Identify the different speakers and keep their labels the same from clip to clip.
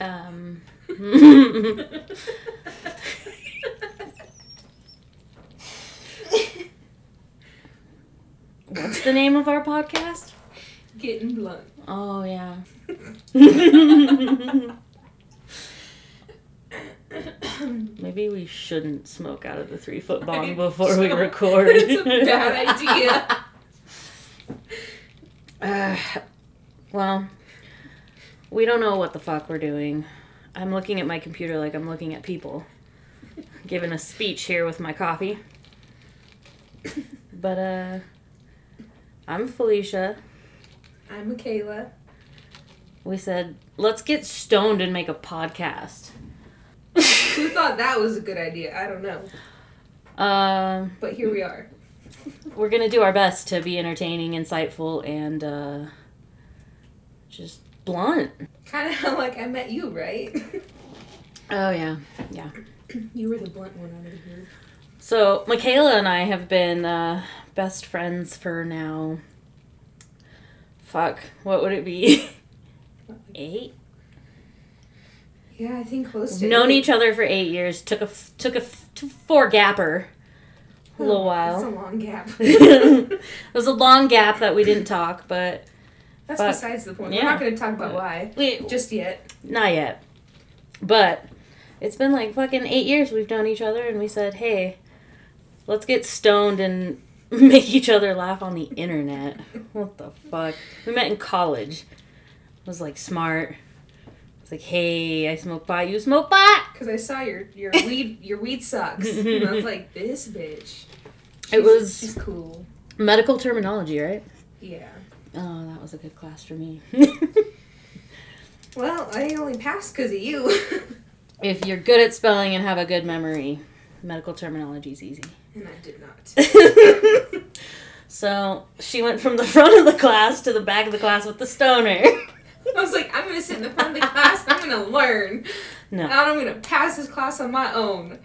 Speaker 1: Um, what's the name of our podcast?
Speaker 2: Getting blunt.
Speaker 1: Oh yeah. Maybe we shouldn't smoke out of the three foot bong before we
Speaker 2: So,
Speaker 1: record.
Speaker 2: it's a bad idea.
Speaker 1: Uh, well, we don't know what the fuck we're doing. I'm looking at my computer like I'm looking at people. Giving a speech here with my coffee. But, uh, I'm Felicia.
Speaker 2: I'm Michaela.
Speaker 1: We said, let's get stoned and make a podcast.
Speaker 2: Who thought that was a good idea? I don't know.
Speaker 1: Um,
Speaker 2: But here we are.
Speaker 1: we're gonna do our best to be entertaining, insightful, and, uh, just blunt.
Speaker 2: Kind of like I met you, right?
Speaker 1: Oh, yeah.
Speaker 2: You were the blunt one out of the group.
Speaker 1: So Michaela and I have been uh, best friends for now. Fuck, what would it be? eight.
Speaker 2: Yeah, I think close to
Speaker 1: Known
Speaker 2: eight.
Speaker 1: each other for eight years. Took a f- took a f- t- four gapper. A little
Speaker 2: It's Oh,
Speaker 1: while.
Speaker 2: a long gap.
Speaker 1: it was a long gap that we didn't talk, but
Speaker 2: That's
Speaker 1: But-
Speaker 2: besides the point. We're
Speaker 1: yeah.
Speaker 2: not going to talk about why
Speaker 1: we
Speaker 2: just yet.
Speaker 1: not yet. But it's been like fucking eight years we've known each other, and we said, hey, let's get stoned and make each other laugh on the internet. What the fuck? We met in college. I was like smart. It's like, hey, I smoke pot, you smoke pot.
Speaker 2: Because I saw your your weed your weed sucks, and I was like, this bitch.
Speaker 1: It
Speaker 2: She's-
Speaker 1: was-
Speaker 2: she's cool.
Speaker 1: Medical terminology, right?
Speaker 2: Yeah.
Speaker 1: Oh, that was a good class for me.
Speaker 2: Well, I only passed because of you.
Speaker 1: if you're good at spelling and have a good memory, medical terminology is easy.
Speaker 2: and I did not.
Speaker 1: so she went from the front of the class to the back of the class with the stoner.
Speaker 2: I was like, I'm gonna sit in the front of the class and I'm gonna learn.
Speaker 1: No.
Speaker 2: And I'm gonna pass this class on my own.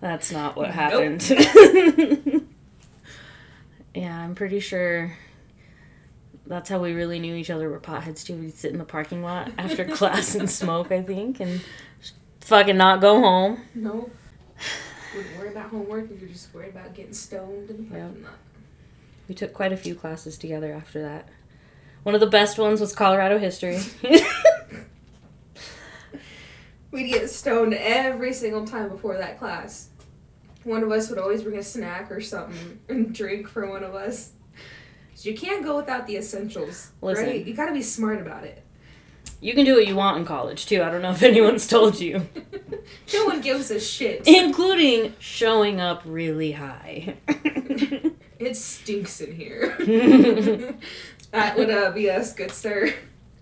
Speaker 1: That's not what
Speaker 2: Nope.
Speaker 1: happened. yeah, I'm pretty sure that's how we really knew each other were potheads too. We'd sit in the parking lot after class and smoke, I think, and just fucking not go home.
Speaker 2: no. Wouldn't worry about homework if you're just worried about getting stoned in the
Speaker 1: Yeah.
Speaker 2: parking lot.
Speaker 1: We took quite a few classes together after that. One of the best ones was Colorado history.
Speaker 2: We'd get stoned every single time before that class. One of us would always bring a snack or something and drink for one of us. 'Cause You can't go without the essentials,
Speaker 1: Listen.
Speaker 2: right? You gotta be smart about it.
Speaker 1: you can do what you want in college too. I don't know if anyone's told you.
Speaker 2: no one gives a shit.
Speaker 1: including showing up really high.
Speaker 2: It stinks in here.
Speaker 1: yeah,
Speaker 2: that would uh, be us, good sir.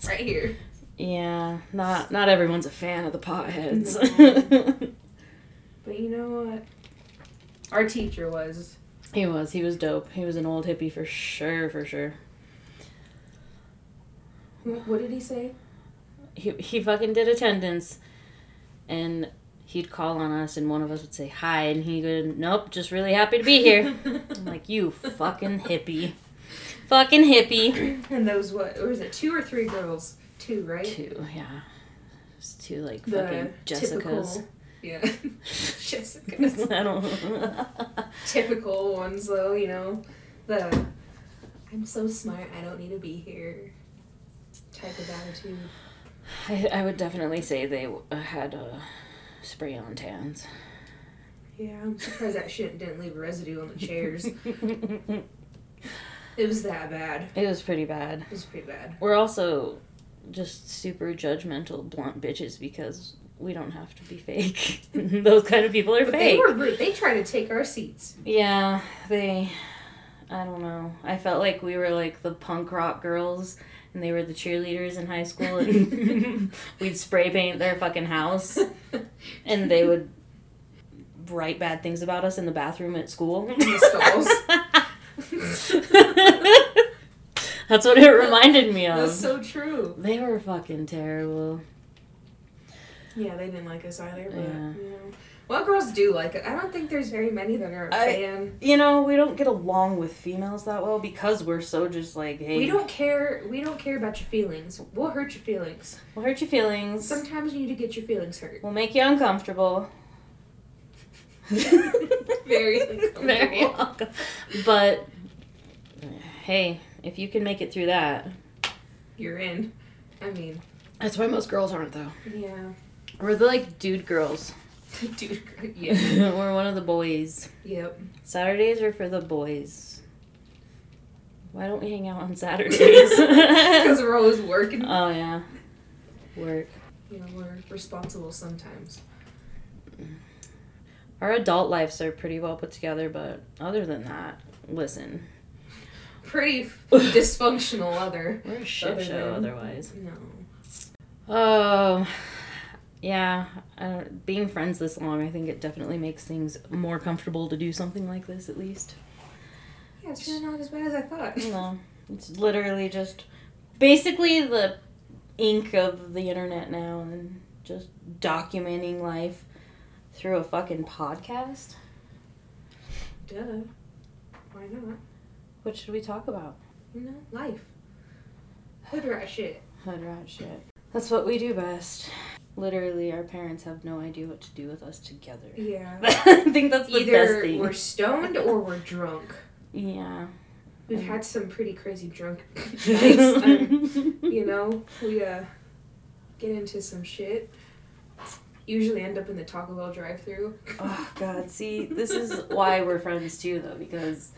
Speaker 2: Right here.
Speaker 1: not not everyone's a fan of the potheads.
Speaker 2: But you know what? Our teacher was.
Speaker 1: he was, he was dope. He was an old hippie for sure, for sure.
Speaker 2: wh- What did he say?
Speaker 1: He he fucking did attendance and he'd call on us and one of us would say hi and he would nope, just really happy to be here. I'm like, you fucking hippie. Fucking hippie.
Speaker 2: and those what? Or was it two or three girls? Two, right?
Speaker 1: Two, yeah. Just two like
Speaker 2: The
Speaker 1: fucking Jessicas.
Speaker 2: typical. Yeah. Jessica's.
Speaker 1: I don't
Speaker 2: typical ones, though, you know. The I'm so smart, I don't need to be here type of attitude.
Speaker 1: I, I would definitely say they w- had uh, spray on tans.
Speaker 2: Yeah, I'm surprised that shit didn't leave residue on the chairs. It was that bad.
Speaker 1: it was pretty bad.
Speaker 2: It was pretty bad.
Speaker 1: We're also just super judgmental, blunt bitches because we don't have to be fake. Those kind of people are
Speaker 2: But
Speaker 1: fake.
Speaker 2: they were rude. They tried to take our seats.
Speaker 1: yeah, they. I don't know. I felt like we were like the punk rock girls and they were the cheerleaders in high school and we'd spray paint their fucking house and they would write bad things about us in the bathroom at school. That's what it reminded me
Speaker 2: That's
Speaker 1: of.
Speaker 2: so true.
Speaker 1: They were fucking terrible.
Speaker 2: Yeah, they didn't like us either, but
Speaker 1: Yeah.
Speaker 2: you know. Well girls do like it. I don't think there's very many that are a
Speaker 1: I-
Speaker 2: fan.
Speaker 1: You know, we don't get along with females that well because we're so just like, hey,
Speaker 2: We don't care we don't care about your feelings. We'll hurt your feelings.
Speaker 1: we'll hurt your feelings.
Speaker 2: Sometimes you need to get your feelings hurt.
Speaker 1: We'll make you uncomfortable.
Speaker 2: Very uncomfortable.
Speaker 1: Very uncomfortable. But hey, if you can make it through that.
Speaker 2: You're in. I mean,
Speaker 1: That's why most girls aren't though.
Speaker 2: yeah.
Speaker 1: We're the like dude girls.
Speaker 2: Dude, yeah.
Speaker 1: We're one of the boys.
Speaker 2: Yep.
Speaker 1: Saturdays are for the boys. Why don't we hang out on Saturdays?
Speaker 2: Because
Speaker 1: oh
Speaker 2: we're always working.
Speaker 1: yeah. Work.
Speaker 2: you know, we're responsible sometimes.
Speaker 1: Our adult lives are pretty well put together, but other than that, listen.
Speaker 2: Pretty f- dysfunctional other.
Speaker 1: We're a shit
Speaker 2: Other
Speaker 1: show
Speaker 2: than-
Speaker 1: otherwise.
Speaker 2: No.
Speaker 1: Oh, yeah. I don't, being friends this long, I think it definitely makes things more comfortable to do something like this, at least.
Speaker 2: Yeah, it's really not as bad as I thought.
Speaker 1: You know, it's literally just basically the ink of the internet now and just documenting life through a fucking podcast.
Speaker 2: Duh. Why not?
Speaker 1: What should we talk about?
Speaker 2: You know, life. Hood rat shit.
Speaker 1: Hood rat shit. That's what we do best. Literally, our parents have no idea what to do with us together.
Speaker 2: Yeah.
Speaker 1: I think that's the best
Speaker 2: Either
Speaker 1: thing.
Speaker 2: we're stoned or we're drunk.
Speaker 1: yeah. Mm.
Speaker 2: We've had some pretty crazy drunk nights. Um, you know, we uh, get into some shit. Usually end up in the Taco Bell drive through.
Speaker 1: Oh God! See, this is why we're friends too, though, because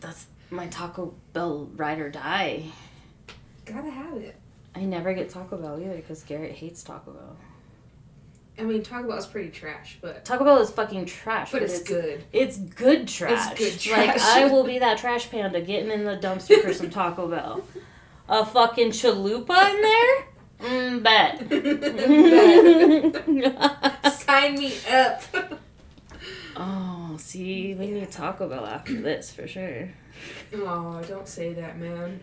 Speaker 1: that's my Taco Bell ride or die.
Speaker 2: Gotta have it.
Speaker 1: I never get Taco Bell either because Garrett hates Taco Bell.
Speaker 2: I mean, Taco Bell's pretty trash, but
Speaker 1: Taco Bell is fucking trash,
Speaker 2: but it's, good.
Speaker 1: It's good trash.
Speaker 2: good
Speaker 1: Like
Speaker 2: trash.
Speaker 1: I will be that trash panda getting in the dumpster for some Taco Bell. A fucking chalupa in there? Mm, bet.
Speaker 2: Mm, Bet. Sign me up.
Speaker 1: oh, see, we need Taco Bell after this for sure.
Speaker 2: Oh, don't say that, man.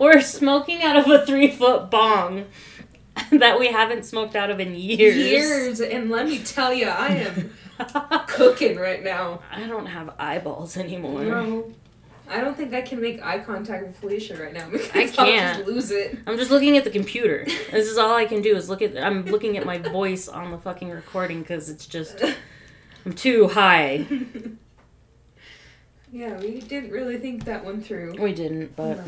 Speaker 1: We're smoking out of a three foot bong that we haven't smoked out of in years.
Speaker 2: Years, and let me tell you, I am cooking right now.
Speaker 1: I don't have eyeballs anymore.
Speaker 2: No, I don't think I can make eye contact with Felicia right now because
Speaker 1: I
Speaker 2: will
Speaker 1: can't.
Speaker 2: just lose it.
Speaker 1: I'm just looking at the computer. This is all I can do is look at. I'm looking at my voice on the fucking recording because it's just I'm too high.
Speaker 2: yeah, we didn't really think that one through.
Speaker 1: We didn't, but
Speaker 2: No,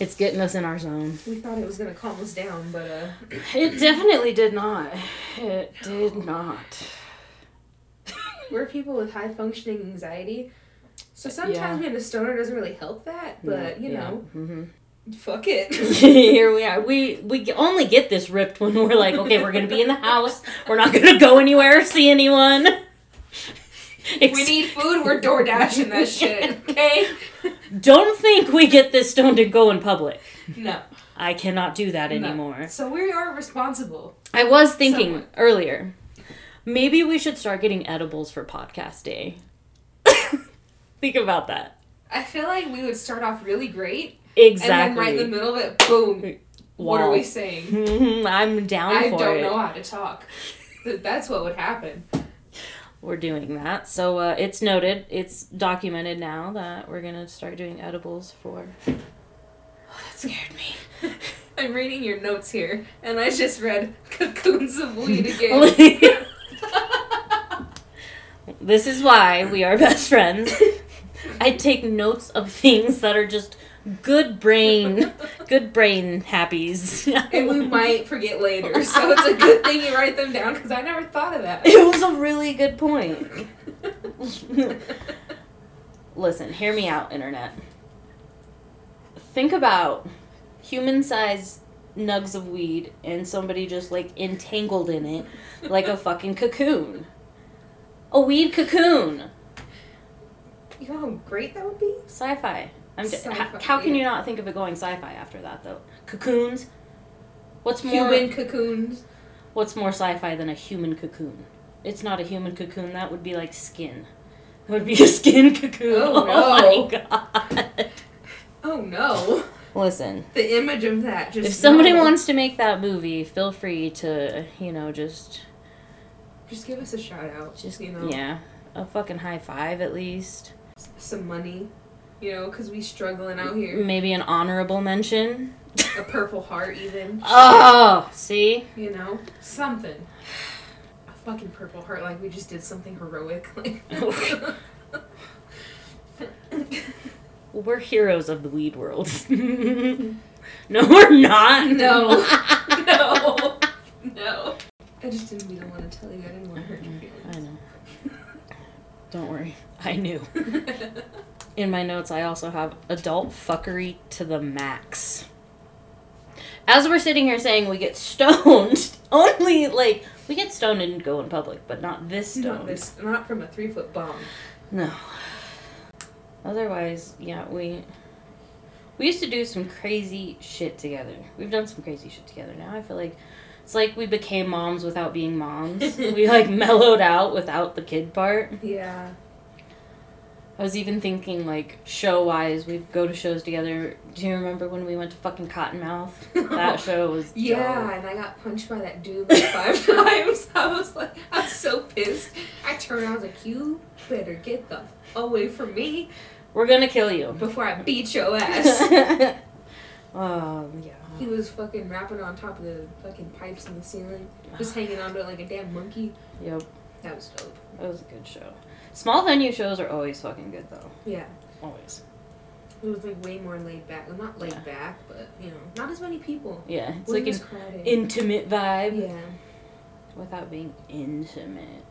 Speaker 1: it's getting us in our zone.
Speaker 2: we thought it was gonna calm us down, but uh,
Speaker 1: It definitely did not. It did not.
Speaker 2: we're people with high functioning anxiety. So sometimes
Speaker 1: Uh, Yeah.
Speaker 2: being a stoner doesn't really help that, but you know,
Speaker 1: hmm
Speaker 2: fuck it.
Speaker 1: here we are. We we only get this ripped when we're like, okay, we're gonna be in the house. We're not gonna go anywhere or see anyone.
Speaker 2: we need food. We're door dashing that shit. Okay?
Speaker 1: Don't think we get this stoned and go in public.
Speaker 2: No.
Speaker 1: I cannot do that
Speaker 2: No.
Speaker 1: anymore.
Speaker 2: So we are responsible.
Speaker 1: I was thinking
Speaker 2: Somewhat.
Speaker 1: earlier, maybe we should start getting edibles for podcast day. Think about that.
Speaker 2: I feel like we would start off really great, and then
Speaker 1: Exactly.
Speaker 2: right in the middle of it, boom. What are
Speaker 1: Wow.
Speaker 2: we saying?
Speaker 1: Mhm, I'm down
Speaker 2: I
Speaker 1: for
Speaker 2: don't
Speaker 1: it.
Speaker 2: know how to talk. Th- That's what would happen.
Speaker 1: We're doing that. So uh, it's noted, it's documented now that we're going to start doing edibles for. Oh, that scared me.
Speaker 2: I'm reading your notes here, and I just read cocoons of weed again.
Speaker 1: this is why we are best friends. I take notes of things that are just good brain, good brain happies.
Speaker 2: and we might forget later, so it's a good thing you write them down because I never thought of that.
Speaker 1: It was a really good point. Listen, hear me out, internet. Think about human sized nugs of weed and somebody just like entangled in it like a fucking cocoon. A weed cocoon.
Speaker 2: You know how great that would be?
Speaker 1: Sci-fi. I'm d-
Speaker 2: Sci-fi,
Speaker 1: how, how can
Speaker 2: yeah.
Speaker 1: you not think of it going sci-fi after that though? Cocoons. What's more
Speaker 2: Human cocoons.
Speaker 1: What's more sci-fi than a human cocoon? It's not a human cocoon. That would be like skin. Oh That would be a skin cocoon. my
Speaker 2: Oh,
Speaker 1: god.
Speaker 2: Oh no.
Speaker 1: Listen,
Speaker 2: The image of that just.
Speaker 1: if somebody
Speaker 2: no.
Speaker 1: wants to make that movie, feel free to, you know, just
Speaker 2: Just give us a shout out.
Speaker 1: just
Speaker 2: Just, you know,
Speaker 1: yeah, a fucking high five at least.
Speaker 2: some money. You know, because we struggling out here.
Speaker 1: Maybe an honorable mention.
Speaker 2: A purple heart, even.
Speaker 1: Oh, see?
Speaker 2: You know? Something. A fucking purple heart, like we just did something heroic. Like.
Speaker 1: We're heroes of the weed world. no, we're not.
Speaker 2: No. no. No. I just didn't even want to tell you. I didn't want to hurt your
Speaker 1: I know. Don't worry. I knew. In my notes, I also have adult fuckery to the max. As we're sitting here saying we get stoned, only like we get stoned and go in public, but not this
Speaker 2: Not
Speaker 1: stoned.
Speaker 2: this. Not from a three foot bomb.
Speaker 1: No. Otherwise, yeah, we we used to do some crazy shit together. We've done some crazy shit together. Now I feel like it's like we became moms without being moms. we like mellowed out without the kid part.
Speaker 2: Yeah.
Speaker 1: I was even thinking like show wise, we go to shows together. Do you remember when we went to fucking Cottonmouth? That show was
Speaker 2: Yeah,
Speaker 1: dope.
Speaker 2: and I got punched by that dude like five times. I was like, I was so pissed. I turned, I was like, you better get the f- away from me
Speaker 1: We're gonna kill you.
Speaker 2: before I beat your ass.
Speaker 1: um, yeah.
Speaker 2: he was fucking rapping on top of the fucking pipes in the ceiling, just hanging onto it like a damn monkey.
Speaker 1: Yep.
Speaker 2: That was dope.
Speaker 1: That was a good show. Small venue shows are always fucking good though.
Speaker 2: Yeah.
Speaker 1: Always.
Speaker 2: It was like way more laid back. Well, not laid
Speaker 1: Yeah.
Speaker 2: back, but you know, not as many people.
Speaker 1: Yeah, it's
Speaker 2: When
Speaker 1: like
Speaker 2: it was
Speaker 1: an
Speaker 2: crowded.
Speaker 1: intimate vibe
Speaker 2: yeah.
Speaker 1: without being intimate.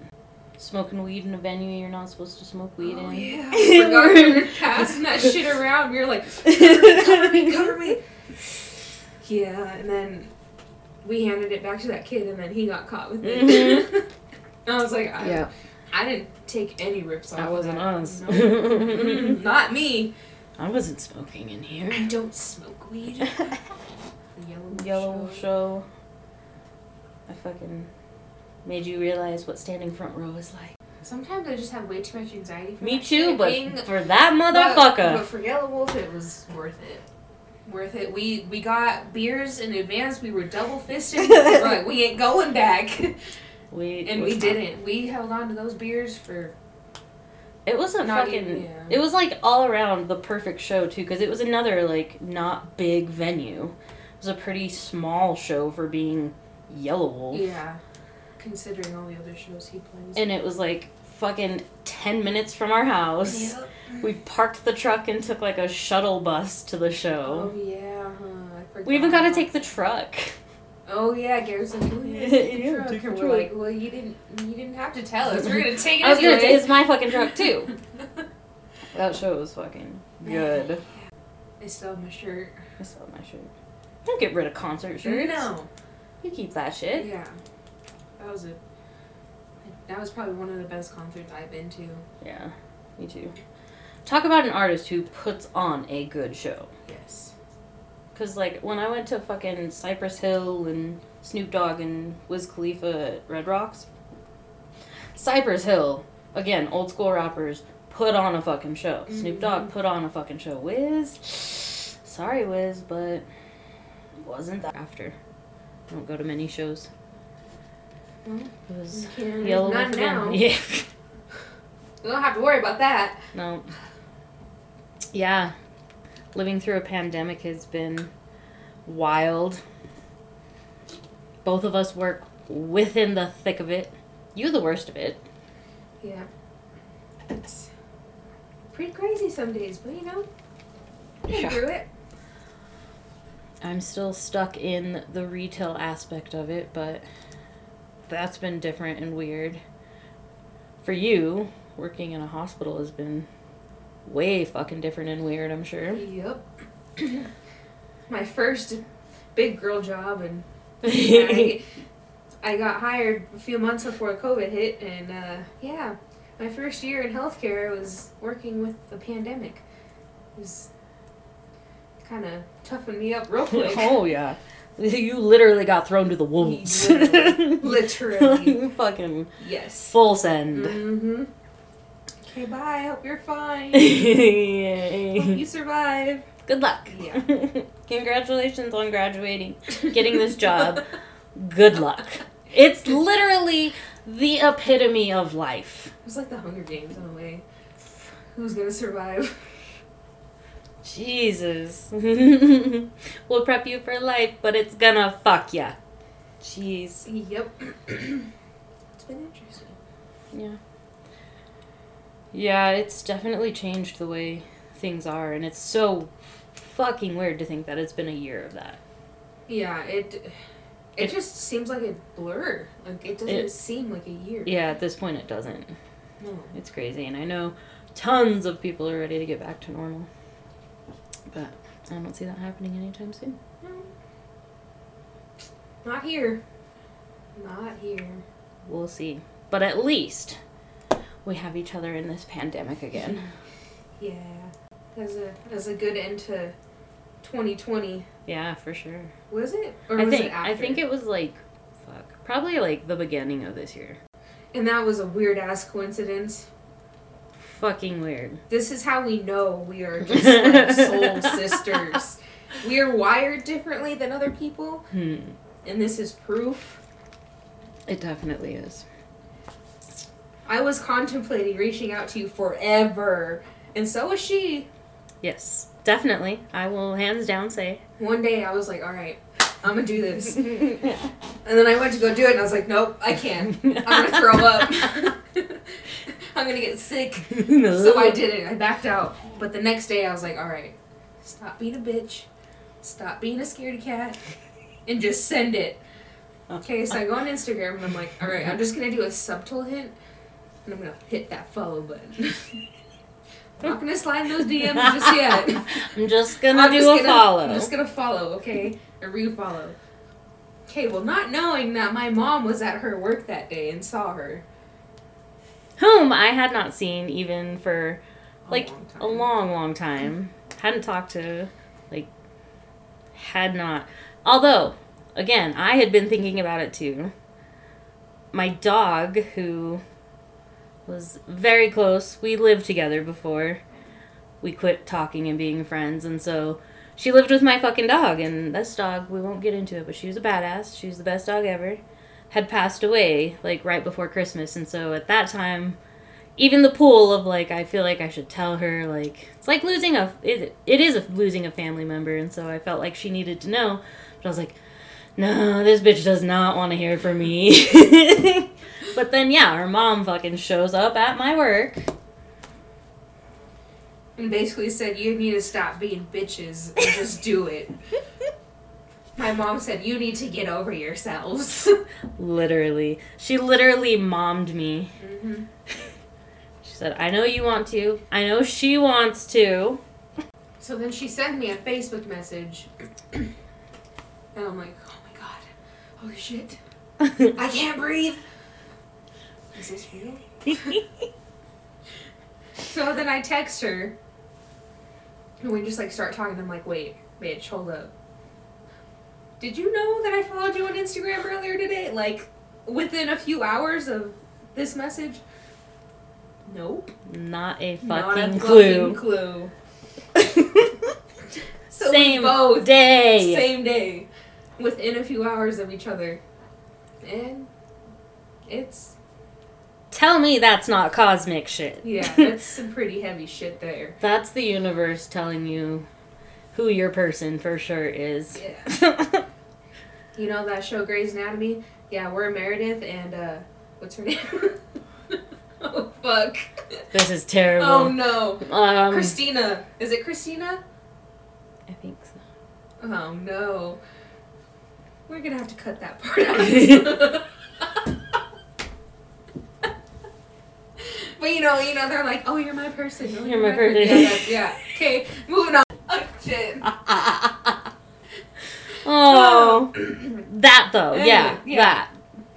Speaker 1: Smoking weed in a venue you're not supposed to smoke weed
Speaker 2: Oh,
Speaker 1: in.
Speaker 2: yeah. I forgot we were passing that shit around. We were like, cover me, cover me. Yeah, and then we handed it back to that kid, and then he got caught with it.
Speaker 1: Mhm.
Speaker 2: I was like, I,
Speaker 1: Yeah,
Speaker 2: I didn't take any rips off.
Speaker 1: that
Speaker 2: of
Speaker 1: wasn't
Speaker 2: that.
Speaker 1: us.
Speaker 2: No. Mm-mm, not me.
Speaker 1: I wasn't smoking in here.
Speaker 2: I don't smoke weed. The yellow.
Speaker 1: Yellow
Speaker 2: show.
Speaker 1: show. I fucking made you realize what standing front row is like.
Speaker 2: Sometimes I just have way too much anxiety. For
Speaker 1: Me
Speaker 2: that
Speaker 1: too,
Speaker 2: shit.
Speaker 1: but
Speaker 2: Being-
Speaker 1: for that
Speaker 2: But,
Speaker 1: motherfucker.
Speaker 2: but for Yellow Wolf, it was worth it. Worth it. We we got beers in advance. We were double fisting. we were like, we ain't going back,
Speaker 1: We
Speaker 2: and we didn't. We held on to those beers for
Speaker 1: It was a
Speaker 2: Not
Speaker 1: fucking.
Speaker 2: even- yeah.
Speaker 1: It was like all around the perfect show too, because it was another like not big venue. It was a pretty small show for being Yellow Wolf,
Speaker 2: yeah. Considering all the other shows he plays.
Speaker 1: and it was like fucking ten minutes from our house.
Speaker 2: Yep.
Speaker 1: We parked the truck and took like a shuttle bus to the
Speaker 2: Oh
Speaker 1: show.
Speaker 2: yeah, huh. I forgot.
Speaker 1: we even got to take the truck.
Speaker 2: Oh yeah, Garrison. Oh, yeah,
Speaker 1: Yeah,
Speaker 2: take the
Speaker 1: yeah,
Speaker 2: truck.
Speaker 1: take the
Speaker 2: and we're
Speaker 1: truck.
Speaker 2: like, well, you didn't. You didn't have to tell us. We're gonna take it.
Speaker 1: I was gonna.
Speaker 2: anyway.
Speaker 1: It's my fucking truck too. That show was fucking good.
Speaker 2: I still have my shirt.
Speaker 1: I still have my shirt. Don't get rid of concert shirts.
Speaker 2: Mm-hmm. No.
Speaker 1: you keep that shit.
Speaker 2: Yeah, that was a. That was probably one of the best concerts I've been to.
Speaker 1: Yeah, me too. Talk about an artist who puts on a good show.
Speaker 2: Yes.
Speaker 1: Cause like when I went to fucking Cypress Hill and Snoop Dogg and Wiz Khalifa at Red Rocks, Cypress Hill again, old school rappers put on a fucking show.
Speaker 2: Mm-hmm.
Speaker 1: Snoop Dogg put on a fucking show. Wiz, sorry Wiz, but wasn't that after? I don't go to many shows.
Speaker 2: Well,
Speaker 1: It was
Speaker 2: Can't,
Speaker 1: Yellow
Speaker 2: not
Speaker 1: Wolf again.
Speaker 2: now.
Speaker 1: Yeah.
Speaker 2: We don't have to worry about that.
Speaker 1: No. Yeah. Living through a pandemic has been wild. Both of us work within the thick of it. You the worst of it.
Speaker 2: Yeah. It's pretty crazy some days, but you know, we
Speaker 1: Yeah.
Speaker 2: through it.
Speaker 1: I'm still stuck in the retail aspect of it, but that's been different and weird. For you, working in a hospital has been way fucking different and weird, I'm sure.
Speaker 2: Yep. my first big girl job, and
Speaker 1: yeah.
Speaker 2: I, I got hired a few months before COVID hit, and uh, yeah, my first year in healthcare was working with the pandemic. It was kind of toughened me up real quick.
Speaker 1: Oh yeah, you literally got thrown to the wolves.
Speaker 2: Literally. Literally,
Speaker 1: You fucking
Speaker 2: yes.
Speaker 1: full send.
Speaker 2: Mm-hmm. Okay, bye. Hope you're fine. Hope
Speaker 1: Yay.
Speaker 2: you survive.
Speaker 1: Good luck.
Speaker 2: Yeah.
Speaker 1: Congratulations on graduating. Getting this job. Good luck. It's literally the epitome of life.
Speaker 2: It's like the Hunger Games in a way. Who's gonna survive?
Speaker 1: Jesus. we'll prep you for life, but it's gonna fuck ya. Jeez.
Speaker 2: Yep. it's been interesting.
Speaker 1: Yeah. Yeah, it's definitely changed the way things are, and it's so fucking weird to think that it's been a year of that.
Speaker 2: Yeah, it. It,
Speaker 1: It-
Speaker 2: just seems like a blur. Like it doesn't
Speaker 1: It-
Speaker 2: seem like a year.
Speaker 1: Yeah, at this point, it doesn't.
Speaker 2: No.
Speaker 1: It's crazy, and I know tons of people are ready to get back to normal. But I don't see that happening anytime soon.
Speaker 2: No. Not here. Not here.
Speaker 1: We'll see. But at least we have each other in this pandemic again.
Speaker 2: Yeah. That's a that's a good end to 2020.
Speaker 1: yeah, for sure.
Speaker 2: Was it? Or
Speaker 1: I
Speaker 2: was
Speaker 1: think
Speaker 2: it after?
Speaker 1: I think it was like fuck. Probably like the beginning of this year.
Speaker 2: And that was a weird ass coincidence.
Speaker 1: Fucking weird.
Speaker 2: This is how we know we are just like soul sisters. We are wired differently than other people,
Speaker 1: Hmm.
Speaker 2: and this is proof.
Speaker 1: It definitely is.
Speaker 2: I was contemplating reaching out to you forever, and so was she.
Speaker 1: Yes. Definitely. I will hands down say.
Speaker 2: One day I was like, all right, I'm gonna do this.
Speaker 1: yeah.
Speaker 2: And then I went to go do it, and I was like, nope, I can't. I'm gonna throw up. I'm gonna get sick. So I didn't. I backed out. But the next day I was like, all right, stop being a bitch. Stop being a scaredy cat. And just send it. Okay, so I go on Instagram and I'm like, all right, I'm just gonna do a subtle hint. And I'm gonna hit that follow button. I'm not gonna slide in those DMs just yet.
Speaker 1: I'm just gonna
Speaker 2: I'm
Speaker 1: do
Speaker 2: just
Speaker 1: a
Speaker 2: gonna-
Speaker 1: follow.
Speaker 2: I'm just gonna follow, okay? A refollow. Okay, well, not knowing that my mom was at her work that day and saw her.
Speaker 1: Whom I had not seen even for
Speaker 2: a
Speaker 1: like
Speaker 2: long time.
Speaker 1: a long, long time. Hadn't talked to, like, had not. Although, again, I had been thinking about it too. My dog, who was very close, we lived together before we quit talking and being friends, and so she lived with my fucking dog, and this dog, we won't get into it, but she was a badass. She was the best dog ever. Had passed away, like, right before Christmas, and so at that time, even the pool of like I feel like I should tell her like it's like losing a it, it is a losing a family member and so I felt like she needed to know but I was like no this bitch does not want to hear from me but then yeah her mom fucking shows up at my work
Speaker 2: And basically said, you need to stop being bitches and just do it. My mom said, you need to get over yourselves.
Speaker 1: literally she literally mommed me
Speaker 2: Mhm.
Speaker 1: she said I know you want to I know she wants to
Speaker 2: So then she sent me a Facebook message. and I'm like, oh my god. Holy shit. I can't breathe. Is this real? So then I text her, and we just like start talking. I'm like, wait, bitch, hold up. Did you know that I followed you on Instagram earlier today? Like, within a few hours of this message? Nope.
Speaker 1: not a fucking
Speaker 2: Not a
Speaker 1: clue
Speaker 2: fucking clue. So we
Speaker 1: same
Speaker 2: both-
Speaker 1: day
Speaker 2: Same day. Within a few hours of each other. And it's,
Speaker 1: Tell me that's not cosmic shit.
Speaker 2: yeah, that's some pretty heavy shit there.
Speaker 1: that's the universe telling you who your person for sure is.
Speaker 2: Yeah. You know that show Grey's Anatomy? Yeah, we're Meredith and uh what's her name? oh fuck.
Speaker 1: this is terrible.
Speaker 2: Oh no.
Speaker 1: um,
Speaker 2: Christina. Is it Christina?
Speaker 1: I think so.
Speaker 2: Oh no. We're gonna have to cut that part out. but you know, you know, they're like, Oh you're my person. Oh,
Speaker 1: You're my person. Um,
Speaker 2: Yeah, that's- yeah. Okay, moving on. Oh shit.
Speaker 1: oh, that though, yeah,
Speaker 2: Anyway, Um, yeah.
Speaker 1: that.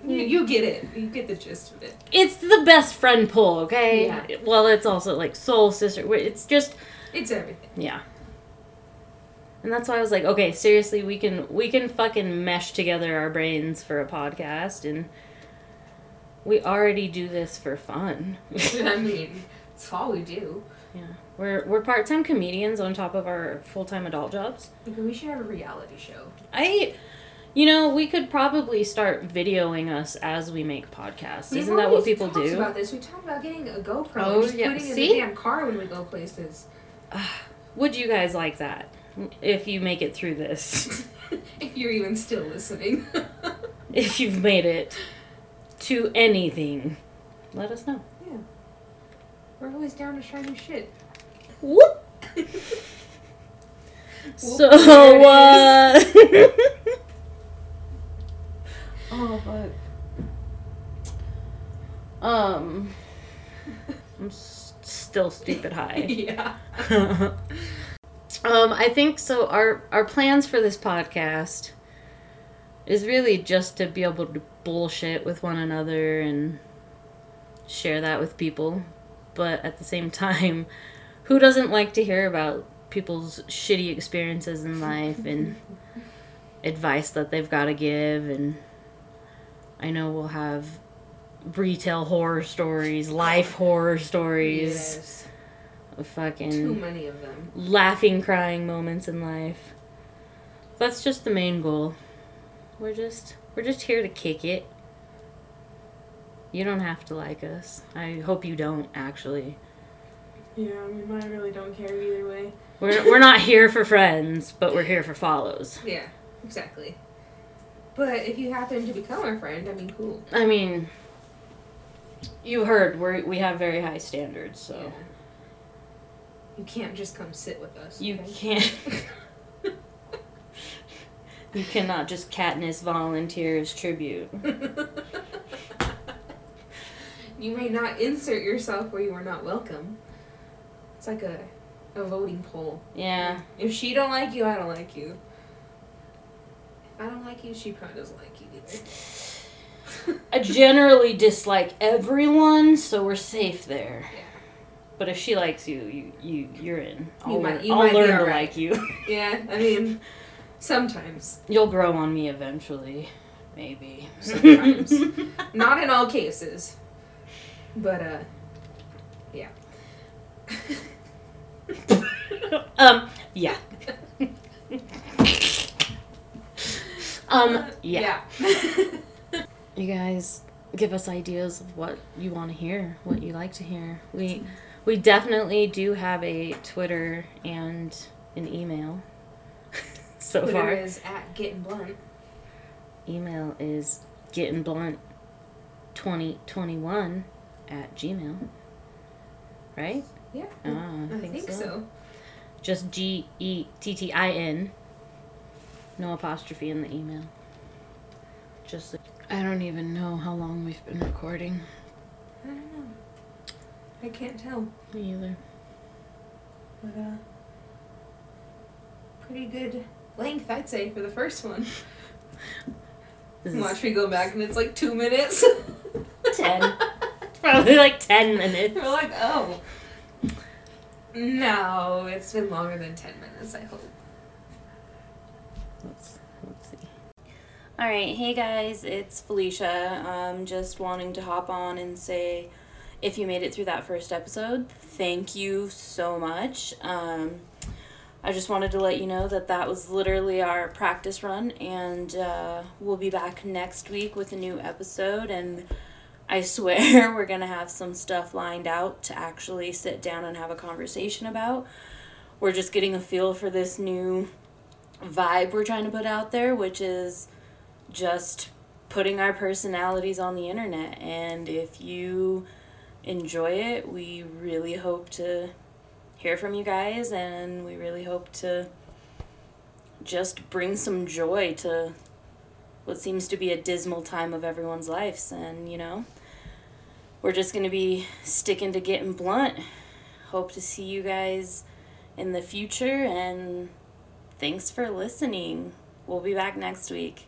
Speaker 2: You, you get it. You get the gist of it.
Speaker 1: It's the best friend pull, okay?
Speaker 2: Yeah.
Speaker 1: Well, it's also like soul sister. wh- It's just
Speaker 2: It's everything.
Speaker 1: Yeah. And that's why I was like, okay, seriously, we can we can fucking mesh together our brains for a podcast and we already do this for fun.
Speaker 2: I mean, it's all we do.
Speaker 1: Yeah. We're we're part time comedians on top of our full time adult jobs.
Speaker 2: Like, we should have a reality show.
Speaker 1: I, you know, we could probably start videoing us as we make podcasts.
Speaker 2: We've
Speaker 1: Isn't that
Speaker 2: always
Speaker 1: what people
Speaker 2: talked
Speaker 1: do?
Speaker 2: About this, we talked about getting a GoPro
Speaker 1: Oh,
Speaker 2: and just
Speaker 1: yeah.
Speaker 2: putting it
Speaker 1: See?
Speaker 2: in the damn car when we go places.
Speaker 1: Would you guys like that? If you make it through this,
Speaker 2: if you're even still listening.
Speaker 1: if you've made it to anything, let us know.
Speaker 2: We're always down to try new shit.
Speaker 1: Whoop. So
Speaker 2: there
Speaker 1: uh,
Speaker 2: Oh, fuck.
Speaker 1: um, I'm s- still stupid high.
Speaker 2: yeah.
Speaker 1: um, I think so. Our our plans for this podcast is really just to be able to bullshit with one another and share that with people, but at the same time, who doesn't like to hear about people's shitty experiences in life and advice that they've got to give and I know we'll have retail horror stories, life horror stories,
Speaker 2: Yes.
Speaker 1: fucking
Speaker 2: Too many of them.
Speaker 1: laughing, crying moments in life. That's just the main goal. We're just we're just here to kick it. You don't have to like us. I hope you don't actually.
Speaker 2: Yeah, I mean, I really don't care either way.
Speaker 1: We're we're not here for friends, but we're here for follows.
Speaker 2: Yeah, exactly. But if you happen to become our friend, I mean, cool.
Speaker 1: I mean, you heard we we have very high standards, so
Speaker 2: Yeah. You can't just come sit with us.
Speaker 1: you
Speaker 2: okay?
Speaker 1: can't you cannot just Katniss volunteers tribute.
Speaker 2: you may not insert yourself where you are not welcome. It's like a, a voting poll.
Speaker 1: Yeah,
Speaker 2: If she don't like you, I don't like you. If I don't like you, she probably doesn't like you either.
Speaker 1: I generally dislike everyone, so we're safe there.
Speaker 2: yeah.
Speaker 1: But if she likes you, you, you you're in. I'll,
Speaker 2: You might-
Speaker 1: learn-
Speaker 2: you
Speaker 1: I'll
Speaker 2: might be
Speaker 1: learn to
Speaker 2: alright.
Speaker 1: like you.
Speaker 2: yeah, I mean, sometimes.
Speaker 1: You'll grow on me eventually, maybe.
Speaker 2: Sometimes. Not in all cases. But, uh, yeah.
Speaker 1: um. Yeah. um. Yeah.
Speaker 2: Uh, Yeah.
Speaker 1: You guys give us ideas of what you want to hear, what you like to hear. We we definitely do have a Twitter and an email. so
Speaker 2: Twitter
Speaker 1: far,
Speaker 2: is at getting blunt.
Speaker 1: email is getting blunt 2021 at gmail right
Speaker 2: Yeah,
Speaker 1: ah, I,
Speaker 2: I think, so.
Speaker 1: just E g-e-t-t-i-n no apostrophe in the email just i don't even know how long we've been recording
Speaker 2: I don't know. I can't tell,
Speaker 1: me either
Speaker 2: but uh, pretty good length, I'd say, for the first one.
Speaker 1: this
Speaker 2: Watch me go back, and it's like two minutes.
Speaker 1: Ten. is probably like 10 minutes
Speaker 2: We're like, oh. No, it's been longer than ten minutes. I hope.
Speaker 1: Let's let's see. All right, hey guys, it's Felicia. Um, just wanting to hop on and say, if you made it through that first episode, thank you so much. Um, I just wanted to let you know that that was literally our practice run, and uh, we'll be back next week with a new episode. And I swear we're gonna have some stuff lined out to actually sit down and have a conversation about. We're just getting a feel for this new vibe we're trying to put out there, which is just putting our personalities on the internet. And if you enjoy it, we really hope to hear from you guys and we really hope to just bring some joy to what seems to be a dismal time of everyone's lives. And, you know, we're just going to be sticking to getting blunt. Hope to see you guys in the future and Thanks for listening. We'll be back next week.